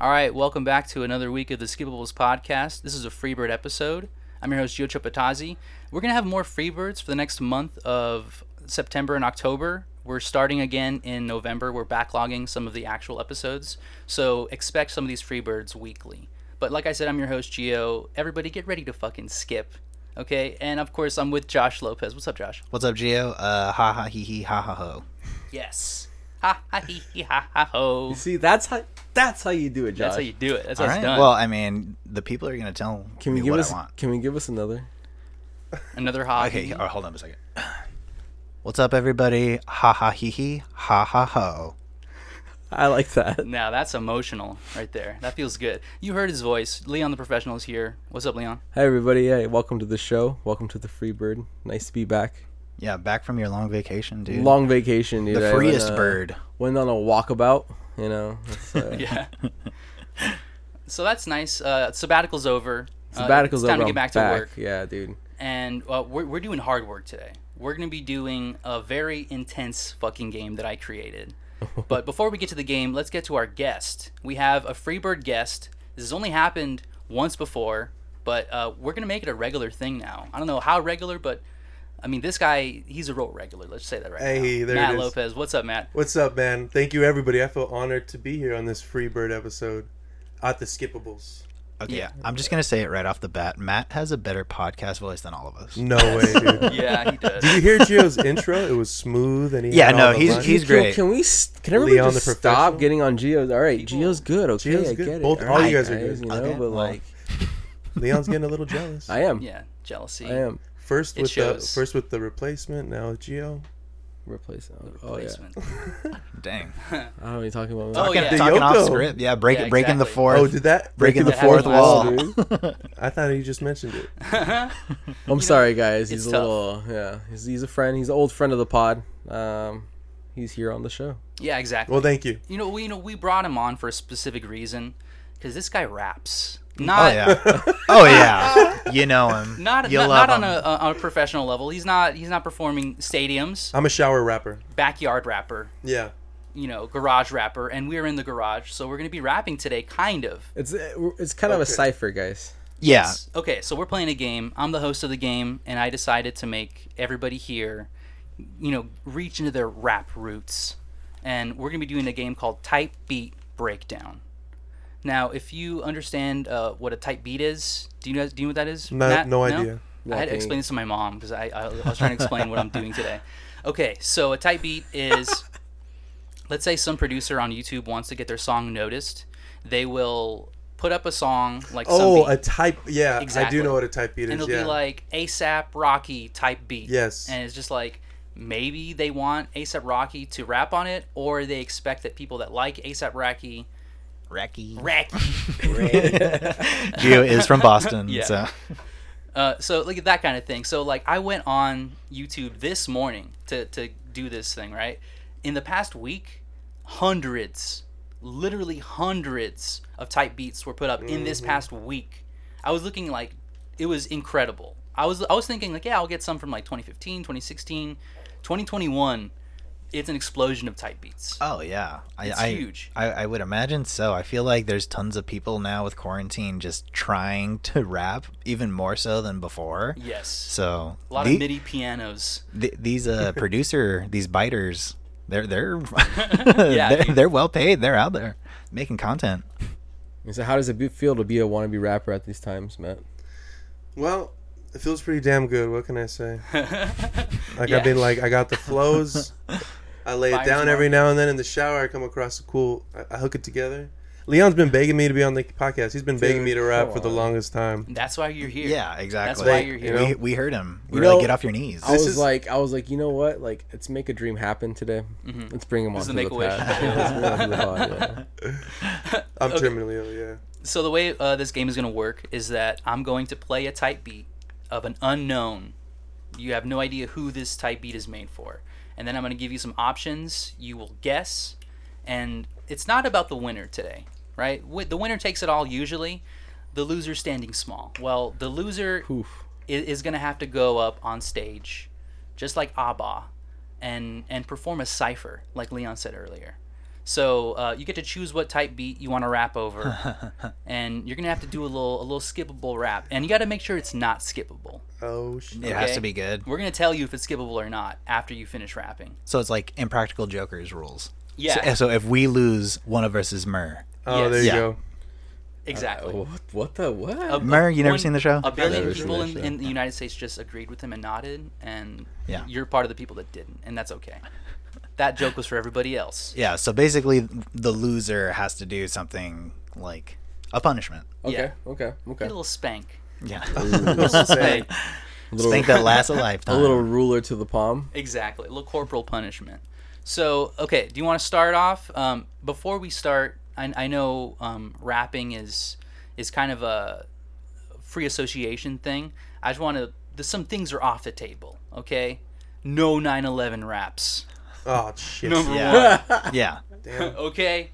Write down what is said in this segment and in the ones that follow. All right, welcome back to another week of the Skippables podcast. This is a Freebird episode. I'm your host, Gio Chapatazzi. We're going to have more Freebirds for the next month of September and October. We're starting again in November. We're backlogging some of the actual episodes, so expect some of these Freebirds weekly. But like I said, I'm your host, Gio. Everybody get ready to fucking skip, okay? And of course, I'm with Josh Lopez. What's up, Josh? What's up, Geo? Uh, ha ha hee hee ha ha ho. Yes. Ha ha hee hee ha ha ho. See, that's how that's how you do it, Josh. That's how you do it. That's All how right. it's done. Well, I mean, the people are gonna tell can we me give what us? I want. Can we give us another? Another hobby. Okay, oh, hold on a second. What's up, everybody? Ha ha hee hee ha ha ho. I like that. Now that's emotional right there. That feels good. You heard his voice. Leon the professional is here. What's up, Leon? Hi everybody. Hey, welcome to the show. Welcome to the Free Bird. Nice to be back. Yeah, back from your long vacation, dude. Long vacation, dude. the I went, freest uh, bird. Went on a walkabout. You know, it's, uh, Yeah. so that's nice. Uh, sabbatical's over. Uh, sabbatical's it's time over. to get I'm back, to work. Yeah, dude. And uh, we're, we're doing hard work today. We're going to be doing a very intense fucking game that I created. but before we get to the game, let's get to our guest. We have a Freebird guest. This has only happened once before, but uh, we're going to make it a regular thing now. I don't know how regular, but I mean, this guy, he's a real regular. Let's say that right now. Hey, there it Matt is. Lopez. What's up, Matt? What's up, man? Thank you, everybody. I feel honored to be here on this Freebird episode at the Skippables. Okay, yeah. I'm just gonna say it right off the bat. Matt has a better podcast voice than all of us. No way, dude. Yeah, he does. Did you hear Gio's intro? It was smooth, and he Yeah, had all no, the he's- lines. he's- Can- great. Can we? s- Can everybody Leon just the stop professional? getting on Geo's? All right, Geo's good. Okay, Geo's I good. get it. Both- all you right, guys are good. You know, Okay, but well. like, Leon's getting a little jealous. I am. yeah, jealousy. I am. First It with the shows. first with the replacement, now with Gio. Replace. Oh, Placement. Dang. Oh, yeah. I don't know what you're talking about. Oh, man. yeah. Talking, talking off Yoko. script. Yeah, break, Yeah, breaking the exactly. fourth. Oh, did that breaking the that fourth happened wall. last I thought he just mentioned it. I'm sorry, guys. He's it's a tough. little. Yeah, he's, he's a friend. He's an old friend of the pod. Um, he's here on the show. Yeah, exactly. Well, thank you. you know, we you know we brought him on for a specific reason because this guy raps. Not Oh yeah. Oh yeah. You know him. not you not, love not on him. a, on a professional level. He's not he's not performing stadiums. I'm a shower rapper. Backyard rapper, Yeah, you know, garage rapper, and we're in the garage, so we're gonna be rapping today, kind of. It's uh, it's kind of a Okay. cipher, guys. Yeah. Okay, so we're playing a game. I'm the host of the game, and I decided to make everybody here, you know, reach into their rap roots. And we're going to be doing a game called Type Beat Breakdown. Now, if you understand uh, what a type beat is, do you know, do you know what that is? No- no idea. I had to Okay. explain this to my mom because I, I, I was trying to explain what I'm doing today. Okay, so a type beat is let's say some producer on YouTube wants to get their song noticed. They will put up a song like some Oh, beat a type. Yeah, I Exactly. do know what a type beat is. and it'll yeah, be like ASAP Rocky type beat. Yes. And it's just like maybe they want ASAP Rocky to rap on it, or they expect that people that like ASAP Rocky, Racky. Rocky. Geo is from Boston, Yeah. so uh, so like that kind of thing. So like I went on YouTube this morning to to do this thing right. In the past week, hundreds, literally hundreds of type beats were put up in this Mm-hmm. past week. I was looking like it was incredible. I was I was thinking like yeah, I'll get some from like 2015, 2016, 2021. It's an explosion of type beats. Oh yeah, I, It's I, huge. I, I would imagine so. I feel like there's tons of people now with quarantine just trying to rap even more so than before. Yes. So A lot the- of MIDI pianos. the- these uh producer these biters, they're they're they're, dude. they're well paid. They're out there making content. So how does it be- feel to be a wannabe rapper at these times, Matt? well, it feels pretty damn good. What can I say? Like Yeah. I've been like I got the flows. I lay it Fires down every mark. now and then in the shower. I come across a cool. I, I hook it together. Leon's been begging me to be on the podcast. He's been begging me to rap for the come on. longest time. That's why you're here. Yeah, exactly. why you're here. We, we heard him. We You were like, know, get off your knees. I was is- like, I was like, you know what? Like, let's make a dream happen today. Let's bring him on Mm-hmm. is the to the Make-A-Wish. pod. Yeah, let's bring him onto the pod, yeah. I'm terminally ill. Yeah. So the way uh, this game is going to work is that I'm going to play a type beat of an unknown. You have no idea who this type beat is made for, and then I'm going to give you some options. You will guess, and it's not about the winner today, right? Wi- The winner takes it all usually. The loser standing small. Well, the loser Oof. is, is going to have to go up on stage, just like ABBA, and and perform a cipher, like Leon said earlier. So uh, you get to choose what type beat you want to rap over, and you're gonna have to do a little a little skippable rap, and you got to make sure it's not skippable. Oh shit. It has Okay. to be good. We're gonna tell you if it's skippable or not after you finish rapping. So it's like impractical jokers rules. Yeah. So, uh, so if we lose, one of us is Myrrh. Oh, Yes. there you Yeah. go. Exactly. oh. Um, What, what the what? A- Mer, you never one- seen the show? A billion never seen people that in, show. in the United States just agreed with him and nodded, and Yeah. you're part of the people that didn't, and that's okay. That joke was for everybody else. Yeah. So basically, the loser has to do something like a punishment. okay, okay, Get okay. a little spank. Yeah. Say, Spank. A little, Think that lasts a lifetime. a little ruler to the palm. Exactly. A little corporal punishment. So, okay, do you want to start off? Um, before we start, I, I know um, rapping is is kind of a free association thing. I just want to. There's some things are off the table. Okay, no 9/11 raps. oh shit. Number Yeah. one. Yeah. Damn. okay.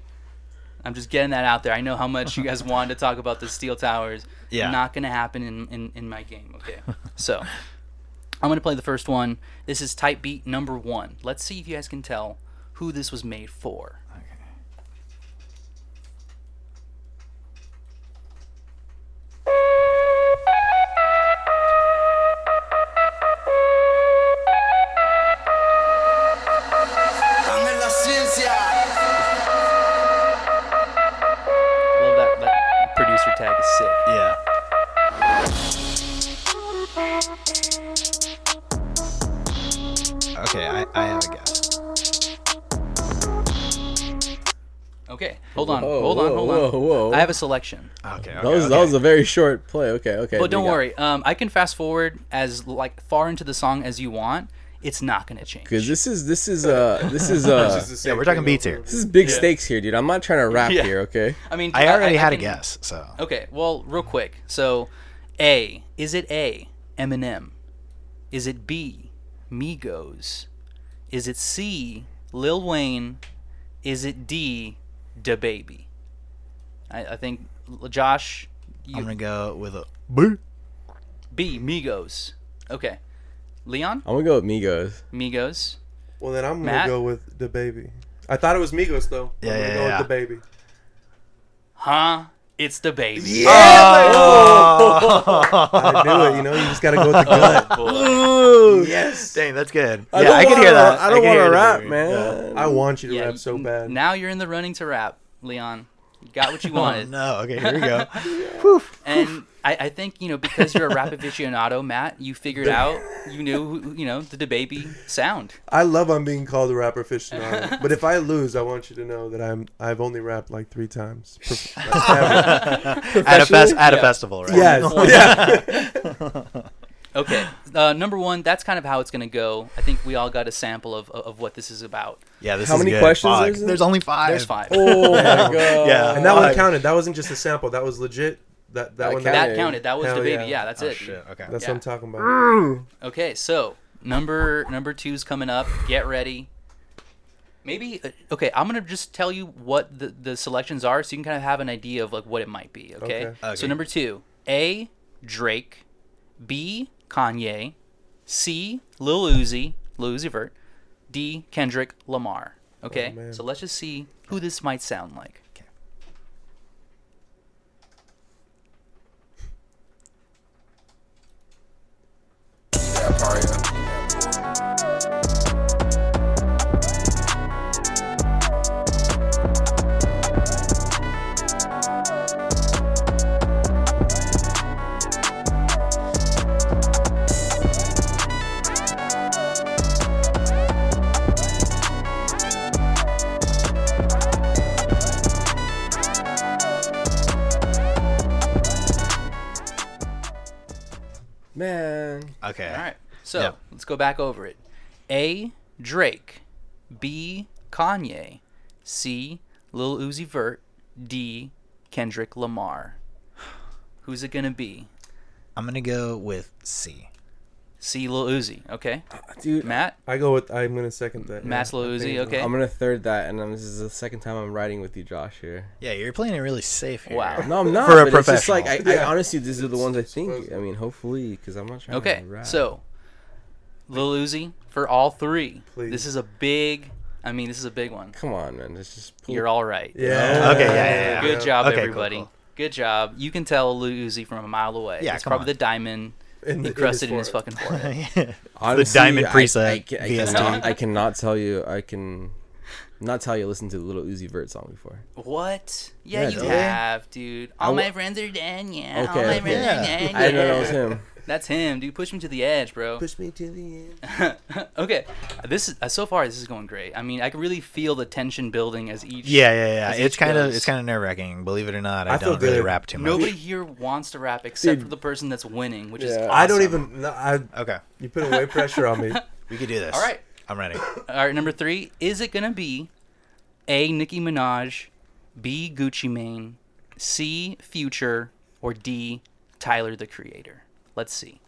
I'm just getting that out there. I know how much you guys wanted to talk about the steel towers. Yeah. Not gonna happen in, in, in my game, okay? So I'm gonna play the first one. This is type beat number one. Let's see if you guys can tell who this was made for. Dame la ciencia. Love that, that producer tag is sick. Yeah. Okay, I, I have a guess. Okay. Hold on, Whoa, hold on, Oh, whoa, hold on. whoa, whoa. I have a selection. Okay, okay. That was that was a very short play. Okay, okay. But don't we got- worry, um, I can fast forward as like far into the song as you want. It's not gonna change. because this is this is uh this is uh It's the yeah, same we're talking thing beats over. here. this is big stakes here, dude. I'm not trying to rap Yeah. here, okay? I mean I already had a can- guess, so Okay, well, real quick. So, A, is it A, Eminem? Is it B, Migos? Is it C, Lil Wayne? Is it D, DaBaby? Baby? I, I think, L- Josh, you, I'm gonna go with a boo. B, Migos. Okay. Leon, I'm gonna go with Migos. Migos. Well, then I'm gonna Matt? go with the baby. I thought it was Migos though. Yeah, I'm gonna yeah, go yeah. with the baby. Huh? It's the baby. I knew it. You know, you just gotta go with the gut. yes. Dang, that's good. I yeah, don't I can wanna- hear that. I don't can want hear to the rap, baby. man. I want you to Yeah, rap so n- bad. Now you're in the running to rap, Leon. You got what you Oh, wanted. no. Okay, here we go. And I, I think you know because you're a rap aficionado, Matt. You figured out you knew who- you know the baby sound. I love I'm being called a rapper aficionado, but if I lose, I want you to know that I'm I've only rapped like three times. Prof- like, ever. at a fest, at a Yeah. festival, right? yes, yeah. Okay, uh, number one. That's kind of how it's gonna go. I think we all got a sample of of what this is about. Yeah, this How is many good. questions Fuck. is it? There's only five. There's five. Oh my god. Yeah. and that one Fuck. counted. That wasn't just a sample. That was legit. That that, That one. That Hey. counted. That was Hell the baby. yeah. Yeah, that's Oh, it. shit. Okay. that's Yeah. what I'm talking about. Okay, so number number two's coming up. Get ready. Maybe uh, okay. I'm gonna just tell you what the, the selections are, so you can kind of have an idea of like what it might be. Okay. Okay. Okay. So number two, A. Drake, B. Kanye, C. Lil Uzi, Lil Uzi Vert, D. Kendrick Lamar. Okay. man. so let's just see who this might sound like. Man. Okay. All right. So Yeah. let's go back over it. A. Drake. B. Kanye. C. Lil Uzi Vert. D. Kendrick Lamar. Who's it gonna be? I'm gonna go with C. C. Lil Uzi. Okay. Dude, Matt. I go with. I'm gonna second that. Matt's yeah. Lil I think Uzi. it's- Okay. I'm gonna third that and um, this is the second time I'm riding with you, Josh, here. Yeah, you're playing it really safe here. Wow. No, I'm not. For a but it's just like I, professional. I honestly, these are the ones I think. supposed- I mean, hopefully, because I'm not trying. Okay. to rap. So Lil Uzi for all three. Please. This is a big I mean, this is a big one. Come on, man. It's just poop. You're all right. Yeah. Oh. Okay, yeah, yeah, yeah. Good job, Okay, cool, everybody. cool. Good job. You can tell Lil Uzi from a mile away. Yeah, it's come probably on. the diamond In the- in encrusted in his, forehead. fucking forehead. the diamond I- preset I, ca- I, VST. cannot, I cannot tell you. I can not tell you. Listen to the little Uzi Vert song before. what? Yeah, Yeah, you dude. have, dude. All I w- my friends are dead. Yeah. All Okay. my friends Yeah. are dead. I didn't know that yeah. was him. That's him, dude. Push him to the edge, bro. Push me to the end. okay, this is uh, so far. This is going great. I mean, I can really feel the tension building as each. Yeah, yeah, as yeah. It's each kind of goes. it's kind of nerve wracking. Believe it or not, I, I feel don't really good. rap too much. Nobody here wants to rap except Dude. for the person that's winning, which is Yeah. awesome. I don't even. No, I. Okay, You put away pressure on me. we could do this. All right. I'm ready. All right, number three. Is it gonna be A. Nicki Minaj, B. Gucci Mane, C. Future, or D. Tyler the Creator? Let's see.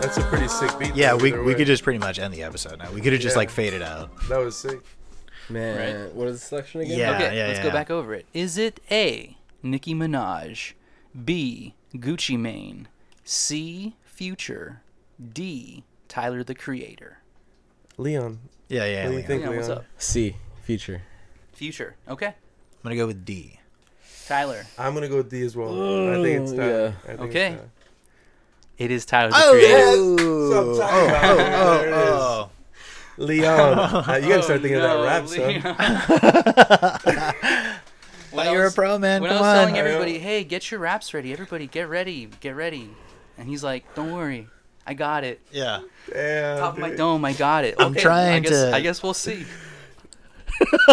That's a pretty sick beat. Yeah, though, we, either we way. could just pretty much end the episode now. We could have just Yeah. like faded out. That was sick. Man, what is the selection again? Yeah, okay, yeah, let's yeah, go yeah. back over it. Is it A. Nicki Minaj, B. Gucci Mane, C. Future, D. Tyler the Creator? Leon, Yeah, yeah. what do you Leon. think, Yeah, Leon? what's up? C. Future. Future. Okay. I'm gonna go with D. Tyler. I'm gonna go with D as well. I think it's time. yeah. I think Okay. It's time. It is Tyler the Oh, Creator. yeah. So I'm Oh, talking about. There it is. Leon, Uh, you gotta start thinking of that Oh, rap, son. when You're a pro man. When Come I was telling on. everybody, hey, get your raps ready. Everybody, get ready. Get ready. And he's like, don't worry. I got it. yeah. Damn, Top of my dude. dome. I got it. I'm Okay, I trying guess, to- I guess we'll see.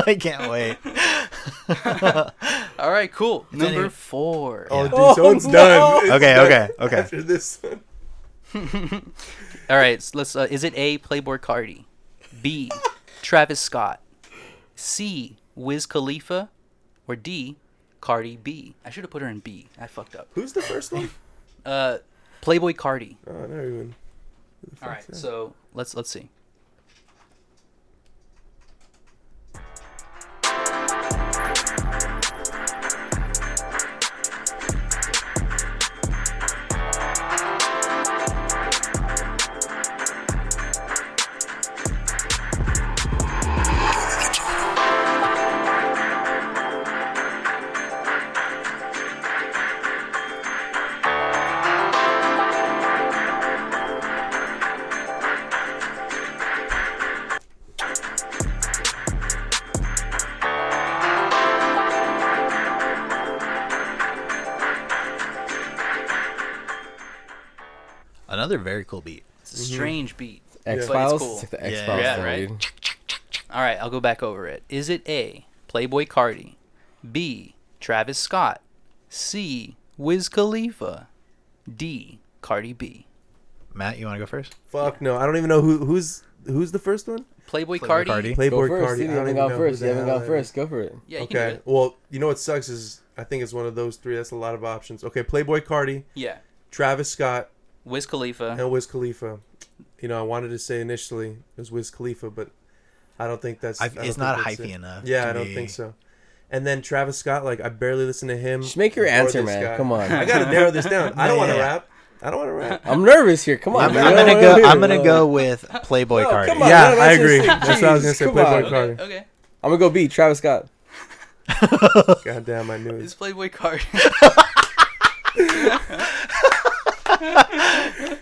I can't wait. All right, cool. Number any- four. Oh, Yeah. dude, so it's done. It's Okay, done okay, okay. After this, one. All right, so let's. Uh, is it A. Playboy Cardi, B. Travis Scott, C. Wiz Khalifa, or D. Cardi B? I should have put her in B. I fucked up. who's the first one? Uh, Playboy Cardi. Oh, not even. All right, so let's let's see. Another very cool beat. It's a strange beat. X Files. cool. It's like the Yeah, X Files. yeah, thing, right? dude. All right, I'll go back over it. Is it A. Playboy Cardi, B. Travis Scott, C. Wiz Khalifa, D. Cardi B? Matt, you want to go first? Fuck no, I don't even know who who's who's the first one. Playboy, Playboy Cardi. Cardi. Playboy Go first. Cardi. dude, I You don't haven't even gone know who first. the You haven't hell gone that is. first. Go for it. Yeah, you can do Okay. it. Well, you know what sucks is I think it's one of those three. That's a lot of options. Okay, Playboy Cardi, Yeah. Travis Scott, Wiz Khalifa. and Wiz Khalifa. You know, I wanted to say initially it was Wiz Khalifa, but I don't think that's. I- I don't it's think not that's hypey it. enough Yeah, to I don't me. think so. And then Travis Scott, like I barely listen to him. Just make your or answer, this man. guy. Come I on. gotta narrow this down. I don't want to Yeah. rap. I don't want to rap. I'm nervous here. Come on. I'm, man. I'm What gonna do I go. do? I'm gonna go with Playboy No, Cardi. come on. Yeah, no, I that's agree. insane. That's what I was gonna Jeez, say. come Playboy on. Cardi. Okay. I'm gonna go B. Travis Scott. God damn, I knew it. It's Playboy Cardi. Oh,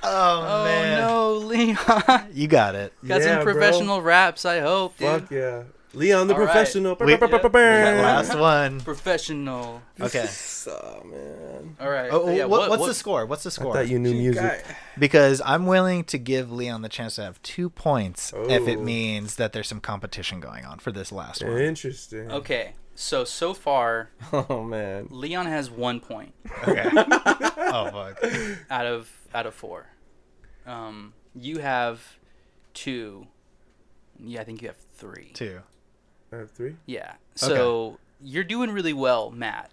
oh man, no, Leon. Got you got it. Yeah, some bro. professional raps, I hope, dude. Fuck yeah, Leon the All right. professional. We- That Ba-ba-ba-ba-ba. last one. Professional. Okay. Oh man. All right. Oh, yeah, what, what's the score? What's the I score? thought you knew music. Because I'm willing to give Leon the chance to have two points if it Oh. Eh? means that there's some competition going on for this last one. Interesting. Okay. So so far, Oh man. Leon has one point Okay. oh fuck. out of out of four. Um, you have two. Yeah, I think you have three. Two. I have three. Yeah. So you're doing really well, Matt.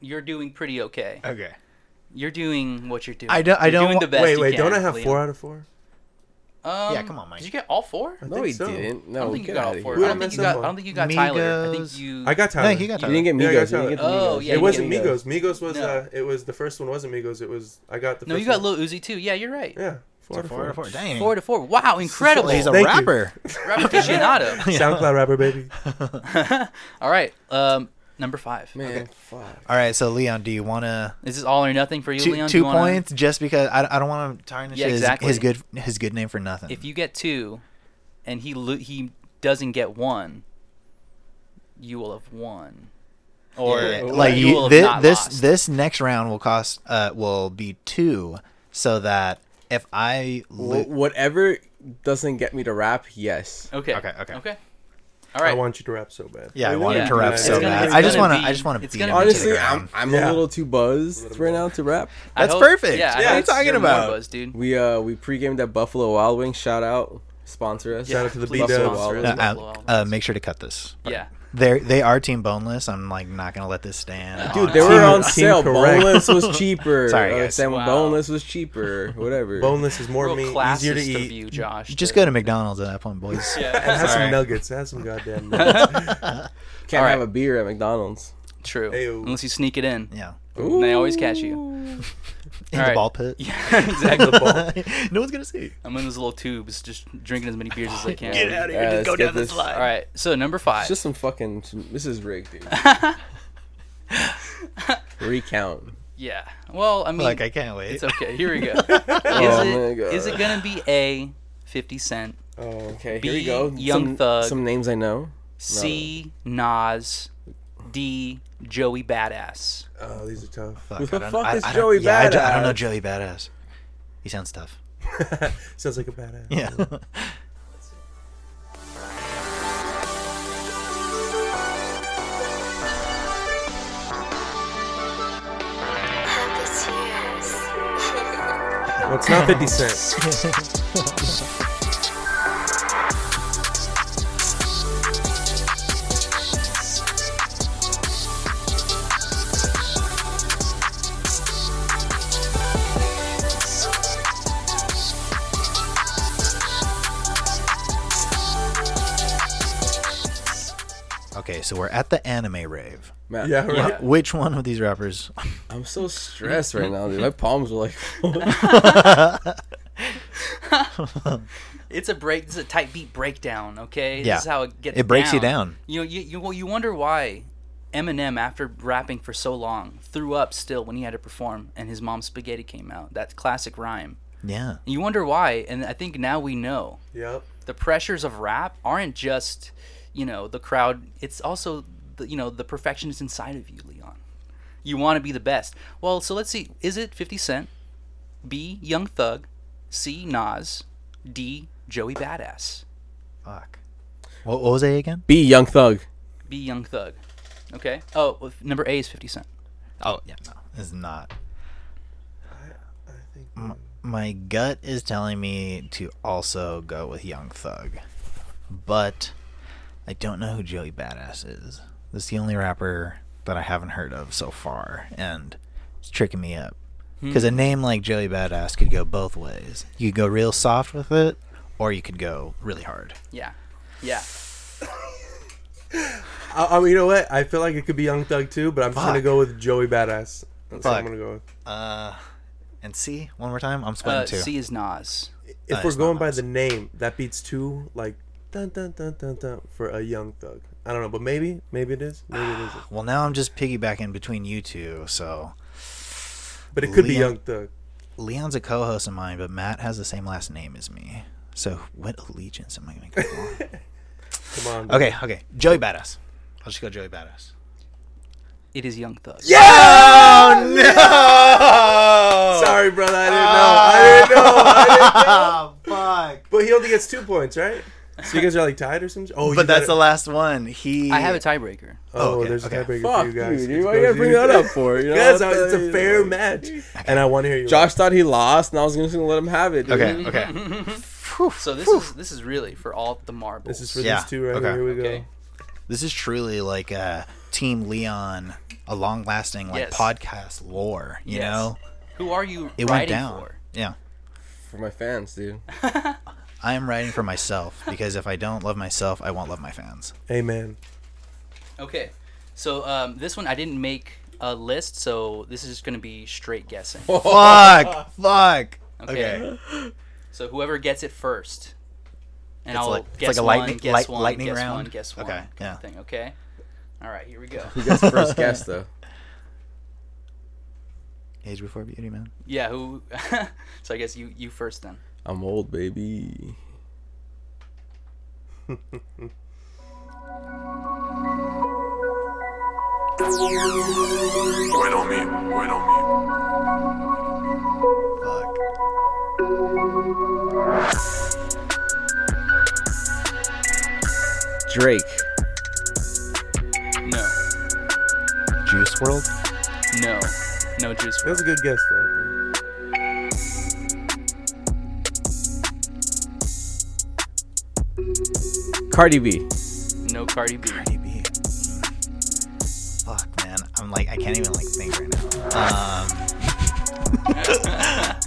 You're doing pretty okay. Okay. You're doing what you're doing. I don't- I You're don't Doing wa- the best wait, you wait. can, Don't I have Leon. four out of four? Um, Yeah, come on, Mike. Did you get all four? I No, think he so. didn't. I No, don't think you Oh, get got out all of four. I here. Who don't am I think you got. I missing? don't think you got Tyler. I think Migos. you. I got Tyler. No, he got You Tyler. didn't get Yeah, I Migos. got You didn't Tyler. get the Oh, Migos. yeah, it you wasn't get Migos. Migos was No. uh, it was the first one wasn't Migos. It was I got the. No, first you got one. Lil Uzi too. Yeah, you're right. Yeah, four out of Four out four. of four. Dang. Four to four. Wow, incredible. He's a Thank you. rapper. rap aficionado. SoundCloud rapper baby. all right. Um, number five. Man, fuck. All right, so Leon, do you want to Is this all or nothing for you, two, Leon? Do two you wanna- points just because I, I don't want to tarnish Yeah, his, exactly. his good his good name for nothing. If you get two, and he lo- he doesn't get one, you will have won. Or Yeah, like you, will you, have thi- not this lost. this next round will cost uh will be two, so that if I lo- Wh- whatever doesn't get me to rap, yes. Okay. Okay, okay. Okay. All I right. want you to rap so bad. yeah I Really? wanted Yeah. to rap It's so gonna- bad. it's I just gonna want to be- I just want to it's beat him gonna be to the Honestly, ground. I'm, I'm Yeah. a little too buzzed right now to rap. I That's hope- perfect. Yeah. I Yeah, hope I'm talking you're more about. buzz, dude. We uh we pre-gamed at Buffalo Wild Wings. Shout out, sponsor us. Shout out to the please B-Dubs. sponsor us. Uh, Buffalo Uh, Wild uh, Wings. make sure to cut this. yeah. They they are team boneless. I'm like not gonna let this stand. Dude, they Team- were on team sale. correct. Boneless was cheaper. Sorry, Uh, guys. Sam, Wow. Boneless was cheaper. Whatever. Boneless is more Real meat, easier to classist of eat. you, Josh. just to- go to McDonald's at that point, boys. Yeah. And have some Sorry. nuggets. Have some goddamn nuggets. Can't Alright. have a beer at McDonald's. True. Ayo. Unless you sneak it in. Yeah, And They always catch you. in All the right. ball pit. Yeah, exactly. no one's gonna see. I'm in those little tubes, just drinking as many beers as I can. Get out of here. Yeah, just go let's get down the this- slide. All right. So number five. It's just some fucking. This is rigged, dude. Recount. yeah. Well, I mean, Like I can't wait. it's okay. Here we go. Oh, is, my it, God. is it gonna be a 50 Cent, Oh, Okay, B, here we go. Young some, Thug. Some names I know. C Nas, D Joey Badass? oh, these are tough. Fuck, Who I the don't- fuck I- is I don't- Joey yeah, I, don't- I don't know Badass? Joey Badass. He sounds tough. Sounds like a badass. Yeah. Happy tears. Well, it's not 50 Cent. okay, so we're at the anime rave. Man, Yeah, right. Wh- Which one of these rappers? I'm so stressed right now, dude. My palms are like. full. It's a break. It's a tight beat breakdown. Okay. Yeah. This is how it gets. It breaks you down. You know, you you, well, you wonder why Eminem, after rapping for so long, threw up still when he had to perform, and his mom's spaghetti came out. That classic rhyme. Yeah. And you wonder why, and I think now we know. Yep. the pressures of rap aren't just you know the crowd it's also the, you know the perfectionist inside of you leon you want to be the best well so let's see is it 50 cent b young thug c nas d joey badass Fuck. What, what was A again? B Young Thug. b young thug okay oh well, number a is 50 cent Oh yeah, no, it's not. I think. Mm. My gut is telling me to also go with Young Thug, but I don't know who Joey Badass is. This is the only rapper that I haven't heard of so far, and it's tricking me up. Because a name like Joey Badass could go both ways. You could go real soft with it, or you could go really hard. yeah yeah I, I mean, you know what? I feel like it could be Young Thug too, but I'm just gonna Fuck. go with Joey Badass. That's what Fuck. I'm gonna go with. Uh, and C one more time. I'm splitting uh, two. c is nas If Uh, we're it's not going by nice. the name, that beats two like dun dun dun dun dun for a Young Thug. I don't know, but maybe, maybe it is, maybe it isn't. Well, now I'm just piggybacking between you two, so But it could be Leon- Young Thug. Leon's a co-host of mine, but Matt has the same last name as me. So what allegiance am I going to go Come on. on? okay, okay. Joey Badass. I'll just go Joey Badass. it is young thug yeah Oh no! Sorry, brother. I didn't know. I didn't know. Ah, fuck. But he only gets two points, right? So you guys are like tied or something? Oh, but that's the a last one. He. I have a tiebreaker. Oh, okay, there's okay. a tiebreaker Fuck for you you, guys. dude. It Why you goes gotta bring you- that up for? You know, Yeah, it's, that's a, it's the- a fair match, and I want to hear you. Josh thought he lost, and I was just gonna let him have it. dude. Okay. Okay. So this is this is really for all the marbles. This is for Yeah, these two right okay. here. Here we go. Okay. This is truly like a Team Leon, a long-lasting like Yes. podcast lore. You Yes. know, Who are you it went writing down. for? Yeah, For my fans, dude. I am writing for myself because if I don't love myself, I won't love my fans. Amen. Okay. So um, this one I didn't make a list, so this is going to be straight guessing. fuck, fuck. Okay. So whoever gets it first, and It's I'll like- it's guess like a one, lightning- guess light- one, lightning guess round? one, guess one, Okay, kind yeah. of thing. Okay. All right, here we go. That's the first guess though. Age before beauty, man. yeah. Who? so I guess you you first then. I'm old, baby. Wait on me. Wait on me. Fuck. Drake. No. Juice World. No. No juice. That was a good guess, though. Cardi B. WRLD, No Cardi B. Cardi B. Fuck, man. I'm like, I can't even like think right now. Um,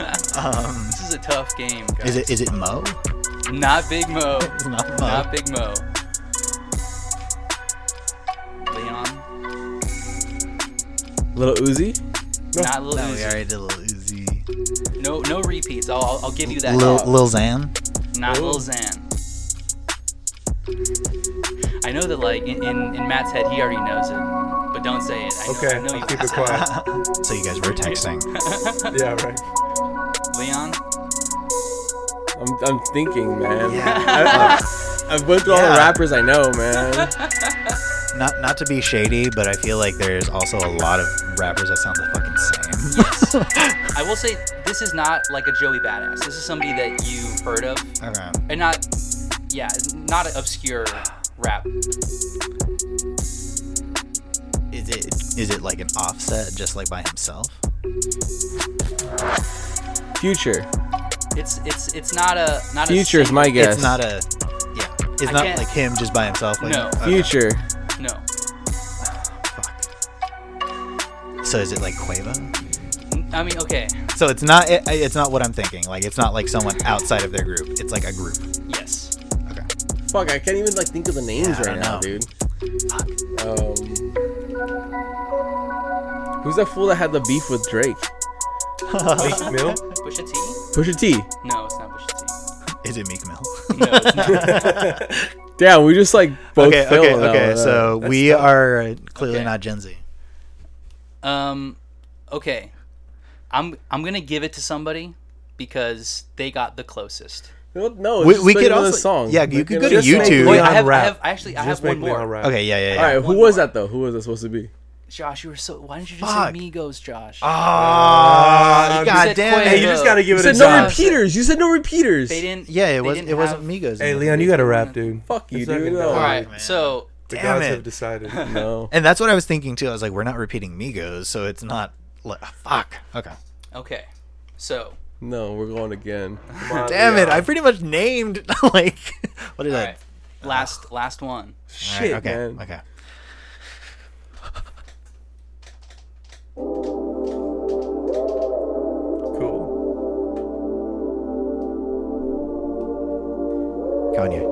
um, This is a tough game. Guys. is it is it Mo? Not Big Mo. It's not Mo. Not Big Mo. Leon. Little Uzi. Not Lil no, we Uzi. already did Lil Uzi. No, no repeats. I'll, I'll, I'll give you that. Lil, dog. Lil Xan. Not Lil Xan. I know that, like, in, in, in Matt's head, he already knows it. But don't say it. I know, Okay, I know you I'll keep it quiet. So you guys were texting. yeah, right. Leon? I'm, I'm thinking, man. Yeah. I, I've went through all Yeah. the rappers I know, man. Not not to be shady, but I feel like there's also a lot of rappers that sound the fucking same. Yes. I will say, this is not like a Joey Badass. This is somebody that you've heard of. Okay. And not, yeah, not an obscure rap. Is it is it like an offset just like by himself? Future. It's it's it's not a not Future's a my single- guess. It's not a yeah. It's I not can't- like him just by himself. Like, No. okay. Future. No. Fuck. So is it like Quavo? I mean, okay. So it's not it, it's not what I'm thinking. Like it's not like someone outside of their group. It's like a group. Yes. Okay. Fuck, I can't even like think of the names Yeah, I right don't now, know. dude. Um, who's that fool that had the beef with Drake? Meek Mill. Pusha T? Pusha T. No, it's not Pusha T. Is it Meek Mill? No, it's not. Damn, we just like both okay, failed okay, on that okay. one, huh? So we are clearly Okay. not Gen Z. Um, okay, I'm I'm gonna give it to somebody because they got the closest. no, no We- just we make could another also- song. yeah, you Make could go to another- Just make YouTube. Wait, Leon I have, I rap. have actually I Just have make one Leon more. rap. Okay, yeah, yeah, yeah. All right, who One was more. that though? Who was that supposed to be? Josh, you were so. Why didn't you just Fuck. Uh, say Migos, Josh? Ah, you God said damn it. Quavo. Hey, you just gotta give You it a said no shot. repeaters. You said no repeaters. they didn't. Yeah, they it was didn't it wasn't have- Migos. Hey, Leon, you gotta rap, dude. Oh, Fuck you, It's not dude. gonna No. All die. right, man. so The Damn gods it. have decided. No. And that's what I was thinking too. I was like, we're not repeating Migos, so it's not like fuck. Okay. okay, so No, we're going again. Come on, Damn it! Leon. I pretty much named like what is all that? right, last last one. All right, Shit, okay. man. Okay. Cool. Kanye.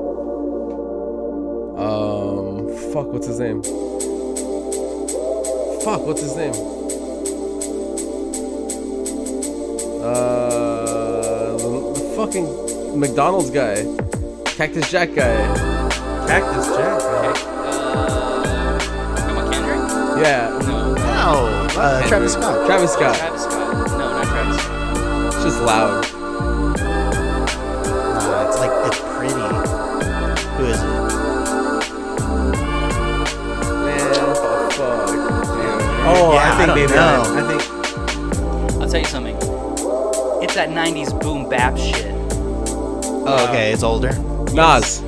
Um, fuck, what's his name? Fuck, what's his name? Uh, the, the fucking McDonald's guy, Cactus Jack guy. Cactus Jack. man. Uh, come on, Kendrick? Yeah, No, No, uh, Travis Scott. Travis Scott. Travis Scott. No, not Travis. Scott. It's just loud. Uh, it's like it's pretty. Who is it? Man, what the fuck? Oh, Yeah, I I think don't maybe know. I, I think I'll tell you something. It's that '90s boom bap shit. Um, Oh, okay, it's Oh, older. Nas.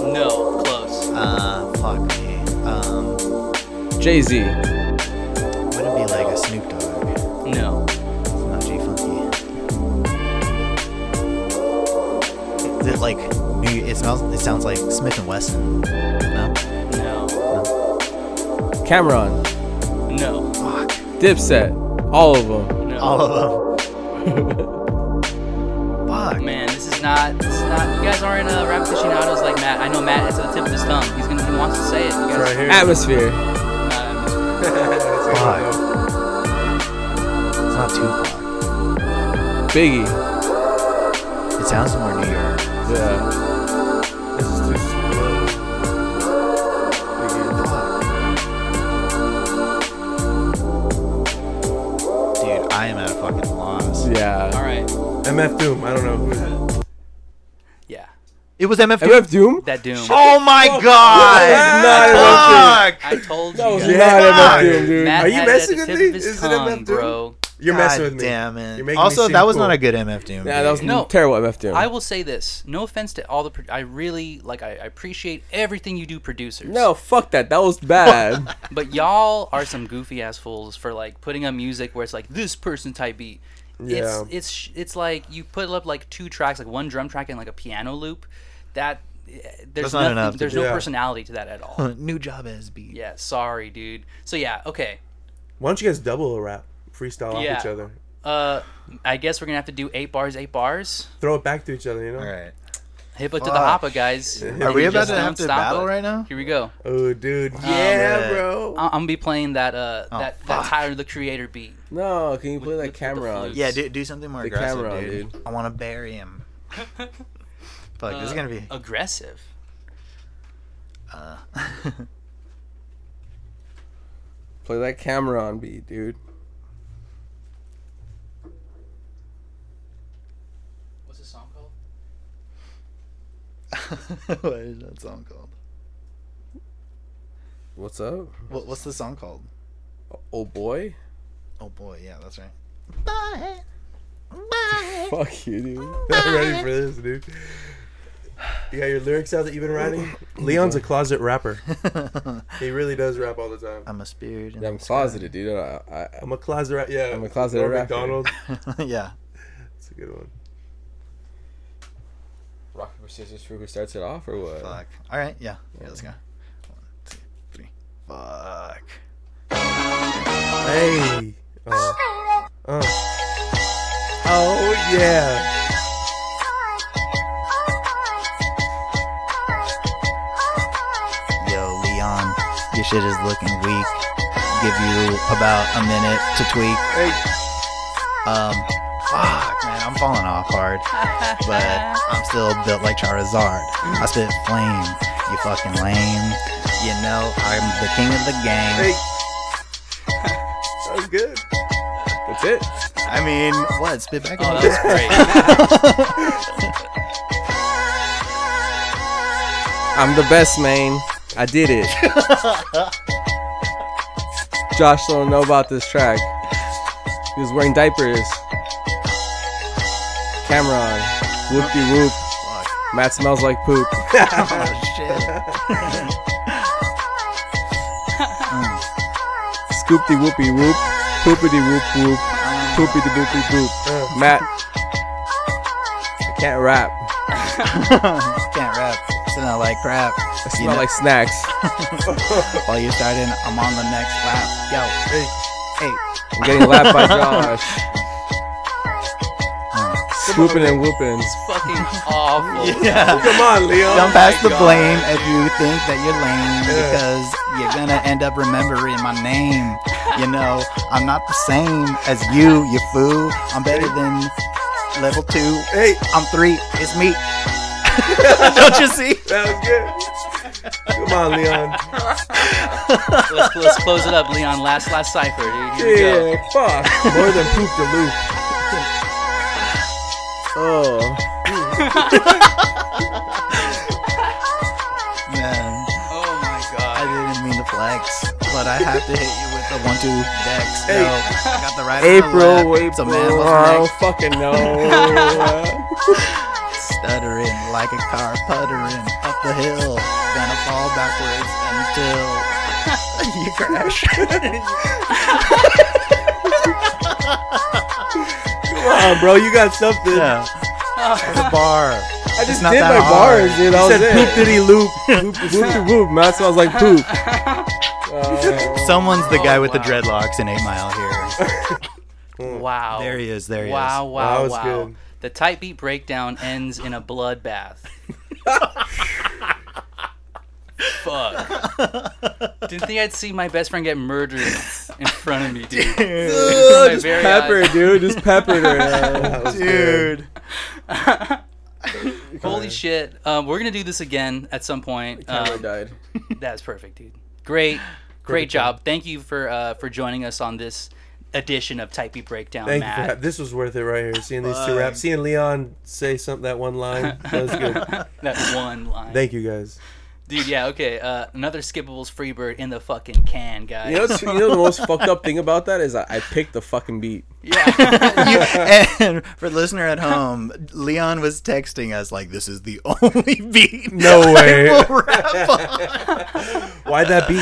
No, close. Uh, fuck me. Um, Jay Z. would it be like a Snoop Dogg? No. It's not G Funky. Is it like New? It smells. It sounds like Smith and Wesson. No. No. Cameron. No. Fuck. Dipset. All of them. No. All of them. fuck. Man, this is not. This is not. You guys aren't uh, rap aficionados like Matt. I know Matt is at the tip of his tongue. He's gonna. He wants to say it. You guys, Right here. Atmosphere. uh, Fuck. It's not Tupac. Biggie. It sounds more New York. Yeah. "Oh, This is too slow. Dude, I am at a fucking loss. uh, all Yeah. right. MF Doom. I don't know who that. Yeah. It was MF Doom. MF Doom? That Doom. Oh my god! That Fuck! I told you. That was guys. not Fuck. MF Doom, dude. Matt Are you had it at messing the with tip me? of his Is it tongue, MF Doom? bro. You're messing with me. Damn it. You're making me also, seem that was cool. not a good MF Doom. Yeah, that was No. terrible MF Doom. I will say this. No offense to all the. Pro- I really like. I, I appreciate everything you do, producers. no, fuck that. That was bad. But y'all are some goofy ass fools for like putting on music where it's like this person type beat. Yeah. It's it's sh- it's like you put up like two tracks, like one drum track and like a piano loop. That eh, there's That's not nothing, enough to there's do. no Yeah. personality to that at all. New job as B. yeah, sorry, dude. So yeah, okay. Why don't you guys double a rap? Freestyle Yeah. off each other. Uh, I guess we're gonna have to do eight bars, eight bars. Throw it back to each other, you know? All right. Hip it to the Fuck. hoppa, guys. Are we about Just to don't have to stop battle it. right now? Here we go. Oh, dude. Yeah, man. bro. I- I'm gonna be playing that uh that that Oh, fuck. Tyler the Creator beat. no, can you play With- that with- with the camera on? flute. Yeah, do, do something more The aggressive, camera on, dude. I want to bury him. Fuck, this is gonna Uh, be. Aggressive. Play that camera on beat, dude. What's this song called? what is that song called? What's up? What, what's the song called? Oh boy? Oh boy, yeah, that's right. Bye, bye. Fuck you, dude. ready for this, dude. You got your lyrics out that you've been writing? Leon's a closet rapper. He really does rap all the time. I'm a spirit. In Yeah, I'm closeted, dude. I, I, I- I'm a closet rapper. Yeah. I'm a closet Norm rapper. McDonald. yeah. That's a good one. rock paper scissors for who starts it off or what? Fuck. All right. Yeah. Yeah. Let's go. One, two, three. Fuck. Hey. Uh, uh. Oh, yeah. Yo, Leon, your shit is looking weak. Give you about a minute to tweak. Um. Fuck, man, I'm falling off hard, but I'm still built like Charizard. I spit flame. You fucking lame. You know I'm the king of the game. Hey. That was good. That's it. I mean, what? Spit back Oh, that on was great. I'm the best, man. I did it. Josh don't know about this track. He was wearing diapers. Cameron, whoop de whoop. Fuck. Matt smells like poop. Oh shit. Scoop de whoopy whoop. Poopity whoop whoop. Poopity boopy boop. Uh, Matt, I can't rap. Um, Can't rap. Smell like crap. I You smell know- like snacks. While you're starting, I'm on the next lap. Yo, hey, hey, I'm getting lapped by Josh. uh, Swooping and whooping. Fucking awful. yeah. Come on, Leo. Don't pass my the God. blame if you think that you're lame Yeah. because you're gonna end up remembering my name. You know, I'm not the same as you, you fool. I'm better than level two. Hey, I'm three. It's me. Don't you see? that was good. Come on, Leon. Let's, let's close it up, Leon. Last last cipher, dude. Here we go. Yeah, fuck. More than poop the loop. Oh. Man, Oh my god. I didn't mean to flex, but I have to hit you with the one two dex. Hey. Yo, I got the right. April, lap. April. So man, I what's don't fucking know. stuttering like a car puttering up the hill. Gonna fall backwards until you crash. Come on, bro, you got something. yeah. the bar. I just not did that my hard. bars, dude. You I was it. said poop diddy loop. Whoop, whoop, de whoop, man. That sounds like poop. Uh, Someone's the guy Oh, with the wow. dreadlocks in Eight Mile here. Wow. Mm. There he is. There he Wow, is. wow, That was wow. good. The tight beat breakdown ends in a bloodbath. Fuck. Didn't think I'd see my best friend get murdered in front of me, dude. Ugh, My just very pepper, eyes. dude. Just peppered her. That was good. Dude. Holy shit. Um, we're going to do this again at some point. Tyler Um, died. That's perfect, dude. Great, great job. Thank you for uh, for joining us on this edition of Type B Breakdown, Thank you. For ha- Matt. this was worth it right here. Seeing these two rap, seeing Leon say something that one line that was good. That one line, Thank you guys. dude. Yeah, okay. Uh, another Skippables Freebird in the fucking can, guys. You know, what's- you know the most fucked up thing about that is I, I picked the fucking beat. Yeah. You- and for the listener at home, Leon was texting us like, "This is the only beat." No way. we'll rap on." Why'd that be?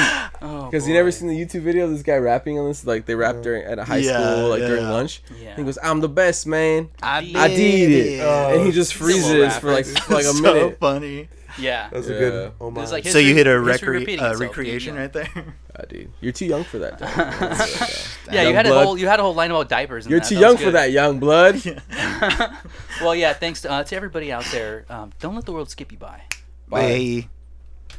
Oh, Because you never seen the YouTube video of this guy rapping on this? Like they rap during at a high Yeah, school, like during yeah. lunch. Yeah. He goes, "I'm the best, man," I did I did it. Oh, and he just freezes rapper. for like for like a so minute. funny. Yeah. That was a Yeah. good. Oh my. It's like so history- you hit a history recre- repeating uh, itself, dude, recreation yeah. right there. Ah, dude, you're too young for that. dog. Yeah, you had a Youngblood. whole you had a whole line about diapers. in you're that. too That young was for good. that, young blood. Well, yeah. Thanks to, uh, to everybody out there. Um, don't let the world skip you by. Bye. Bye.